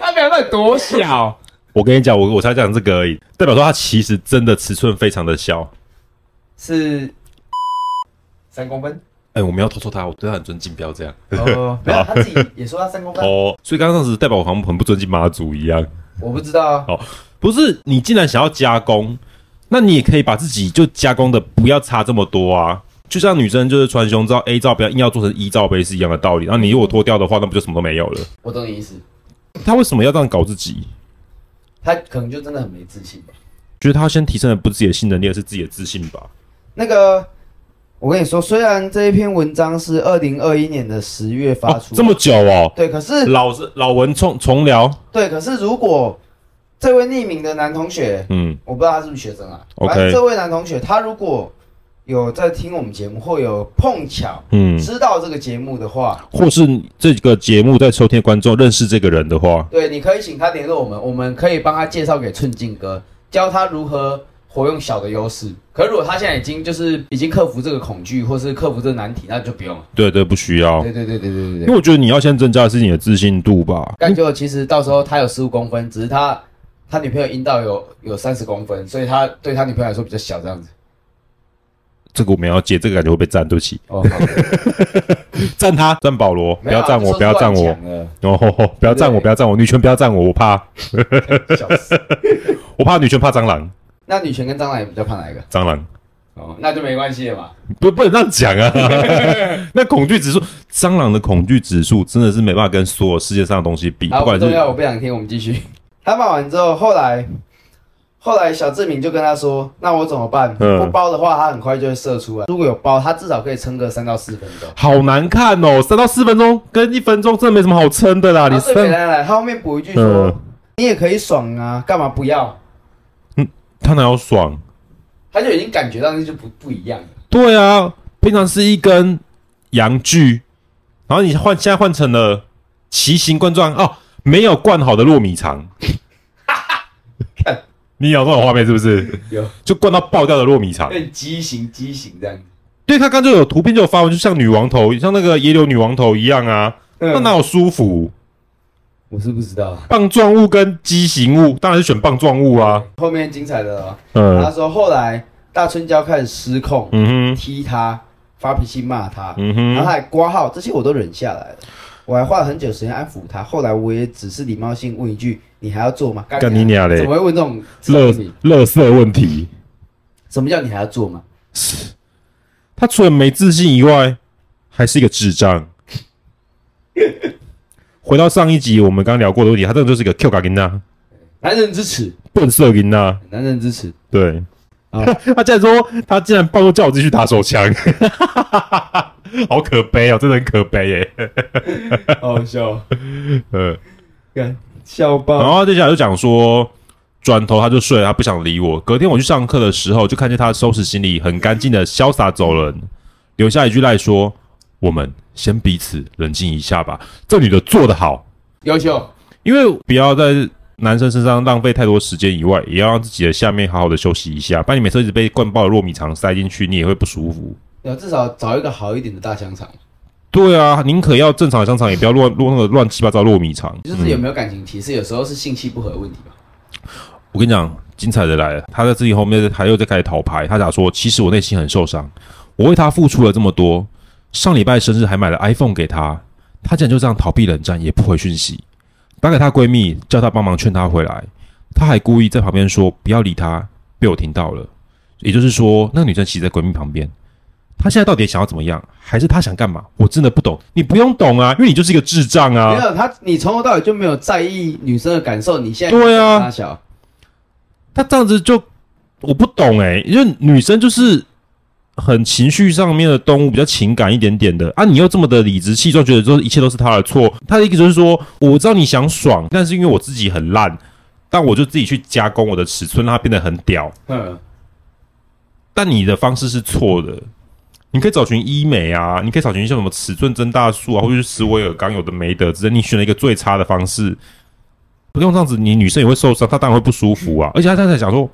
A: 他表到底多小？
B: 我跟你讲，我我才讲这个而已，代表说他其实真的尺寸非常的小。？”
C: 是
A: 三 公分。
B: 哎、我们要偷偷他，我对他很尊敬，不要这样。
C: 哦，没有，他自己也说他三公
A: 啊
C: 分，
B: 哦，所以刚刚那时代表我好像很不尊敬妈祖一样。
C: 我不知道啊。
B: 不是，你既然想要加工，那你也可以把自己就加工的不要差这么多啊。就像女生就是穿胸罩 A 罩，不要硬要做成 E 罩杯是一样的道理。然后你如果脱掉的话，那不就什么都没有了？
C: 我懂你意思，
B: 他为什么要这样搞自己？
C: 他可能就真的很没自信吧。
B: 觉得他先提升的不是自己的性能力，而是自己的自信吧。
C: 那个，
A: 我跟你说，虽然这一篇文章是二零二一年的十月发
B: 哦
A: 出，
B: 这么久哦，
A: 对，可是
B: 老是老文重重聊，
A: 对，可是如果这位匿名的男同学，
B: 嗯，
A: 我不知道他是不是学生啊，
B: OK
A: 反正这位男同学他如果有在听我们节目，或有碰巧
B: 嗯，
A: 知道这个节目的话，
B: 或是这个节目在收听的观众认识这个人的话，
A: 对，你可以请他联络我们，我们可以帮他介绍给寸进哥，教他如何活用小的优势。可如果他现在已经就是已经克服这个恐惧，或是克服这个难题，那就不用了。
B: 对对，不需要，
A: 对对对对对对
B: 因
A: 对。
B: 为我觉得你要先增加的是你的自信度吧。
A: 干就其实到时候他有十五公分，只是他他女朋友阴道有有三十公分，所以他对他女朋友来说比较小这样子。
B: 这个我们要接，这个感觉会被赞，对不起，
A: 哦，好啊
B: 赞他，赞保罗，不要赞我，不要赞我，，哦， 不要赞我，
A: 对
B: 不要赞我，女权不要赞我，我怕，
A: 笑死。
B: 我怕女权，怕蟑螂，
A: 那女权跟蟑螂也比较怕哪一个？
B: 蟑螂
A: 哦，那就没关系了嘛。
B: 不不能这样讲 啊。那恐惧指数，蟑螂的恐惧指数真的是没办法跟所有世界上的东西比，不
A: 好，不
B: 管
A: 重
B: 是
A: 要，我不想听，我们继续。他骂完之后，后来后来小志明就跟他说：“那我怎么办？
B: 嗯
A: 不包的话，他很快就会射出来。如果有包，他至少可以撑个三到四分钟。”
B: 好难看哦，三到四分钟跟一分钟真的没什么好撑的啦。
A: 然
B: 你
A: 后最简
B: 三，
A: 单来，他后面补一句说
B: 嗯：“
A: 你也可以爽啊，干嘛不要
B: 他哪有爽？？”
A: 他就已经感觉到那就不不一样了。
B: 对啊，平常是一根阳具，然后你换现在换成了奇形冠状哦，没有灌好的糯米 肠。你有这种画面是不是？
A: 有
B: 就灌到爆掉的糯米肠。
A: 更畸形畸形这样子。
B: 对他刚就有图片就有发文，就像女王头，像那个野柳女王头一样啊，
A: 嗯
B: 那哪有舒服？
A: 我是不知道。
B: 棒状物跟畸形物，当然是选棒状物啊。
A: 后面精彩的了。他
B: 嗯
A: 说后来大春娇开始失控，
B: 嗯哼
A: 踢他，发脾气骂他，
B: 嗯
A: 然后
B: 哼，
A: 他还挂号，这些我都忍下来了。我还花了很久时间安抚他，后来我也只是礼貌性问一句：“你还要做吗？”
B: 干你娘嘞
A: 怎么会问这种这种
B: 乐
A: 问题？
B: 乐色问题。
A: 什么叫你还要做吗？
B: 他除了没自信以外，还是一个智障。回到上一集我们刚聊过的问题，他真的就是一个 Q 嘎琳娜，
A: 男人之耻，
B: 笨色琳娜。
A: 男人 之耻。
B: 对，
A: 啊
B: 他竟然说他竟然暴露叫我继续打手枪， 好可悲哦，真的很可悲耶。
A: 好笑，
B: 呃，
A: 干笑
B: 然
A: 爆。
B: 后接下来就讲说，转头他就睡了，他不想理我。隔天我去上课的时候，就看见他收拾行李，很干净的潇洒走人，留下一句赖说：“我们先彼此冷静一下吧。”这女的做得好，
A: 优秀，
B: 因为不要在男生身上浪费太多时间以外，也要让自己的下面好好的休息一下。不然你每次一直被灌爆的糯米肠塞进去，你也会不舒服。
A: 要至少找一个好一点的大香肠。
B: 对啊，宁可要正常的香肠，也不要乱乱那个乱七八糟的糯米肠。嗯
A: 就是有没有感情，其实有时候是性气不合的问题吧。
B: 我跟你讲，精彩的来了，他在自己后面还又在开始讨牌。他讲说，其实我内心很受伤，我为他付出了这么多，上礼拜生日还买了 iPhone 给他，他竟然就这样逃避冷战，也不回讯息，打给她闺蜜，叫她帮忙劝她回来，她还故意在旁边说不要理他，被我听到了。也就是说，那个女生其实在闺蜜旁边。她现在到底想要怎么样，还是她想干嘛？我真的不懂，你不用懂啊，因为你就是一个智障啊。
A: 没有他，你从头到尾就没有在意女生的感受，你现在
B: 对啊
A: 大小
B: 他这样子就我不懂哎、因为女生就是很情绪上面的动物，比较情感一点点的啊，你又这么的理直气壮，觉得说一切都是他的错。他的意思就是说，我知道你想爽，但是因为我自己很烂，但我就自己去加工我的尺寸，让它变得很屌。
A: 嗯，
B: 但你的方式是错的。你可以找寻医美啊，你可以找寻像什么尺寸增大术啊，或者是斯维尔刚有的没得，只是你选了一个最差的方式。不用这样子，你女生也会受伤，她当然会不舒服啊。而且她现在想说，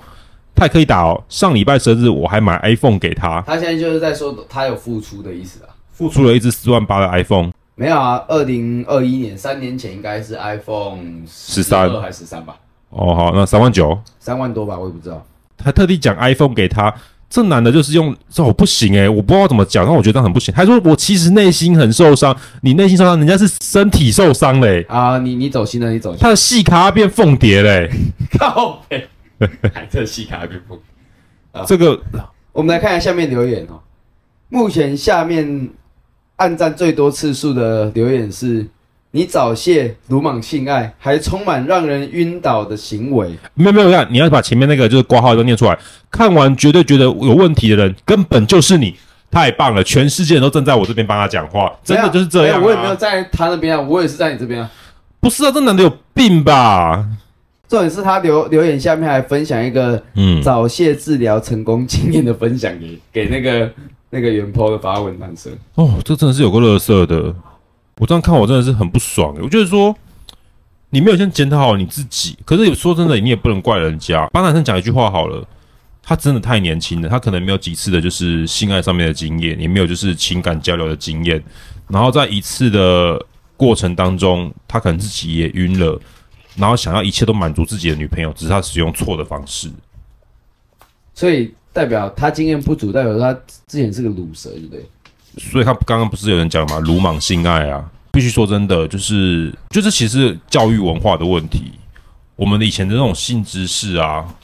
B: 她也可以打哦。上礼拜生日我还买 iPhone 给她，
A: 他现在就是在说他有付出的意思啊。
B: 付出了一只四万八的 iPhone，
A: 没有啊，二零二一年三年前应该是 iPhone
B: 13
A: 还是十三吧，
B: 哦好，那三万九，
A: 三万多吧，我也不知道。
B: 还特地讲 iPhone 给他。这男的就是用这我不行诶、我不知道怎么讲，但我觉得这样很不行。还说我其实内心很受伤，你内心受伤，人家是身体受伤嘞、
A: 啊，你你走心了，你走心。
B: 他的细卡变凤蝶嘞、
A: 靠北，还特西卡比不？
B: 这个
A: 我们来看一下下面留言哦。目前下面按赞最多次数的留言是：你早泄、鲁莽性爱，还充满让人晕倒的行为。
B: 没有没有，没有你要把前面那个就是挂号都念出来。看完绝对觉得有问题的人，根本就是你，太棒了，全世界人都站在我这边帮他讲话，真的就是这样、啊。
A: 没有我也没有在他那边啊，我也是在你这边啊。
B: 不是啊，这男的有病吧？
C: 重点是他留留言下面还分享一个
B: 嗯，
A: 早泄治疗成功经验的分享给给那个那个原 po 的发文男生，
B: 哦，这真的是有个乐色的。我这样看，我真的是很不爽。欸我就是说，你没有先检讨好你自己。可是说真的，你也不能怪人家。帮男生讲一句话好了，他真的太年轻了，他可能没有几次的就是性爱上面的经验，也没有就是情感交流的经验。然后在一次的过程当中，他可能自己也晕了，然后想要一切都满足自己的女朋友，只是他使用错的方式。
A: 所以代表他经验不足，代表他之前是个卤蛇，对不对？
B: 所以他刚刚不是有人讲嘛，鲁莽性爱啊，必须说真的，就是就是其实教育文化的问题，我们的以前的那种性知识啊，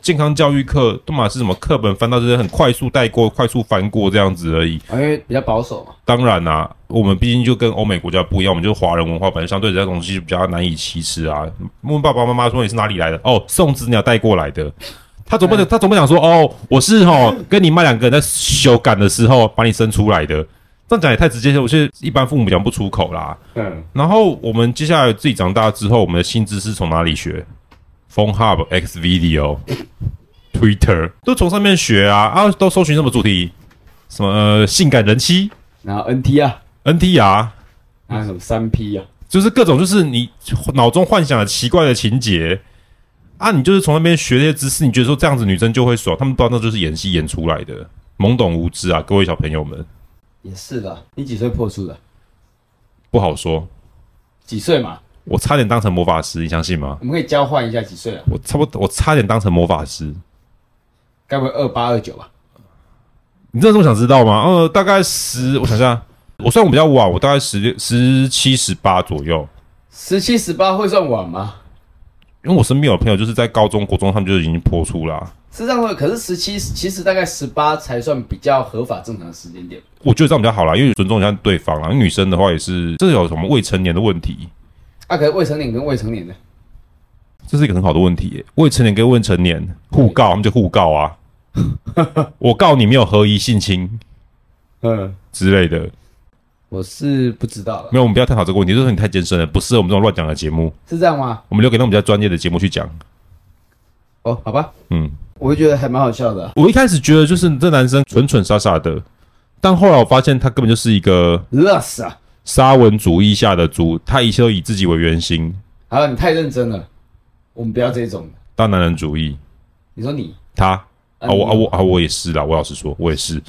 B: 健康教育课，都嘛是什么课本翻到这些很快速带过、快速翻过这样子而已。
A: 啊，因为比较保守嘛。
B: 当然啦、我们毕竟就跟欧美国家不一样，我们就是华人文化本身相对这东西就比较难以启齿啊。问爸爸妈妈说你是哪里来的？哦，送子鸟带过来的。他总不能，他总不能讲说哦，我是哦，跟你妈两个人在修改的时候把你生出来的，这样讲也太直接了。我觉得一般父母讲不出口啦。
A: 嗯，
B: 然后我们接下来自己长大之后，我们的薪资是从哪里学 p h o n e Hub、X Video、Twitter 都从上面学啊啊，都搜寻什么主题，什么、呃、性感人妻、
A: 然后 NT 啊，
B: NTR，
A: 还有什么三 P 啊，
B: 就是各种就是你脑中幻想的奇怪的情节啊，你就是从那边学这些知识，你觉得说这样子女生就会爽，他们不知道那就是演戏演出来的，懵懂无知啊，各位小朋友们
A: 也是的。你几岁破处的？
B: 不好说，
A: 几岁嘛？
B: 我差点当成魔法师，你相信吗？
A: 我们可以交换一下几岁啊？
B: 我差不多，我差点当成魔法师。
A: 该不会二八二九吧？
B: 你真的这么想知道吗？呃，大概十，我想一下，我算我比较晚，我大概十六、十七、十八左右，
A: 十七十八会算晚吗？
B: 因为我身边有朋友就是在高中、国中，他们就已经破处啦、
A: 是这样说，可是十七其实大概十八才算比较合法正常的时间点。
B: 我觉得这样比较好啦，因为尊重一下对方啦。因为女生的话也是，这有什么未成年的问题，
A: 啊，可是未成年跟未成年的，
B: 这是一个很好的问题耶、未成年跟未成年互告，他们就互告啊， 我告你没有合宜性侵
A: 嗯，
B: 之类的。
A: 我是不知道了，
B: 没有，我们不要探讨这个问题，就是你太艰深了，不适合我们这种乱讲的节目，
A: 是这样吗？
B: 我们留给那种比较专业的节目去讲。
A: 哦，好吧，
B: 嗯，
C: 我就觉得还蛮好笑的啊、
B: 我一开始觉得就是这男生蠢蠢傻傻的，但后来我发现他根本就是一个
A: 热死啊！
B: 沙文主义下的猪，他一切都以自己为圆心，
A: 好了，你太认真了，我们不要这种的。
B: 大男人主义。
A: 你说你
B: 他
A: 啊
B: 啊，我啊
A: 你
B: 我啊我也是啦，我老实说，我也是，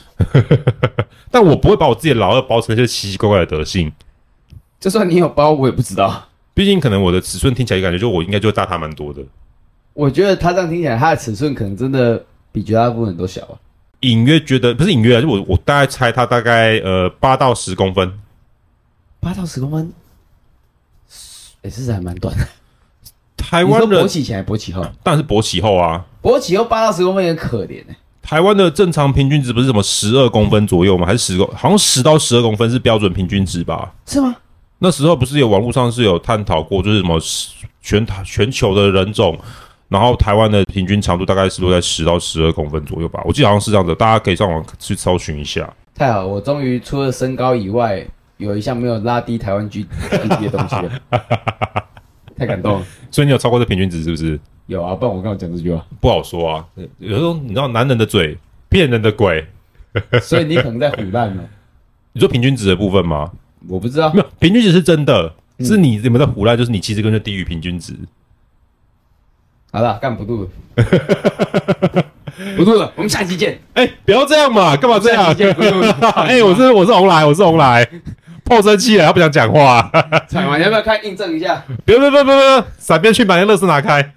B: 但我不会把我自己的老二包成一些奇奇怪怪的德性，
A: 就算你有包，我也不知道。
B: 毕竟可能我的尺寸听起来感觉就我应该就大他蛮多的，
A: 我觉得他这样听起来，他的尺寸可能真的比绝大部分人都小啊。
B: 隐约觉得不是隐约啊，就我我大概猜他大概呃八到十公分，
A: 八到十公分，也、是还蛮短的。
B: 台
A: 你
B: 湾
A: 说勃
B: 人
A: 起前还是勃起后？
B: 当然是勃起后啊，
A: 勃起后八到十公分也很可怜哎、
B: 台湾的正常平均值不是什么十二公分左右吗？还是十公好像十到十二公分是标准平均值吧？
A: 是吗？
B: 那时候不是有网络上是有探讨过，就是什么全台全球的人种，然后台湾的平均长度大概是落在十到十二公分左右吧，我记得好像是这样子，大家可以上网去搜寻一下。
A: 太好了，我终于除了身高以外，有一项没有拉低台湾 G GDP 的东西了，太感动了。
B: 所以你有超过这平均值是不是？
A: 有啊，不然我刚刚讲这句话，
B: 不好说啊，有时候你知道男人的嘴骗人的鬼，
A: 所以你可能在胡乱呢，
B: 你说平均值的部分吗？
A: 我不知道
B: 没。有，平均值是真的，是你你们在胡乱，就是你其实根本就低于平均值。
A: 好了，干不录了，不录了，我们下期见。
B: 哎、不要这样嘛，干嘛这样
A: 下期？见，不录了。
B: 哎、我是我是红来，我是红来， 破生气了，他不想讲话、
A: 彩完要不要看印证一下？
B: 别别别别别，闪边去把那乐视拿开。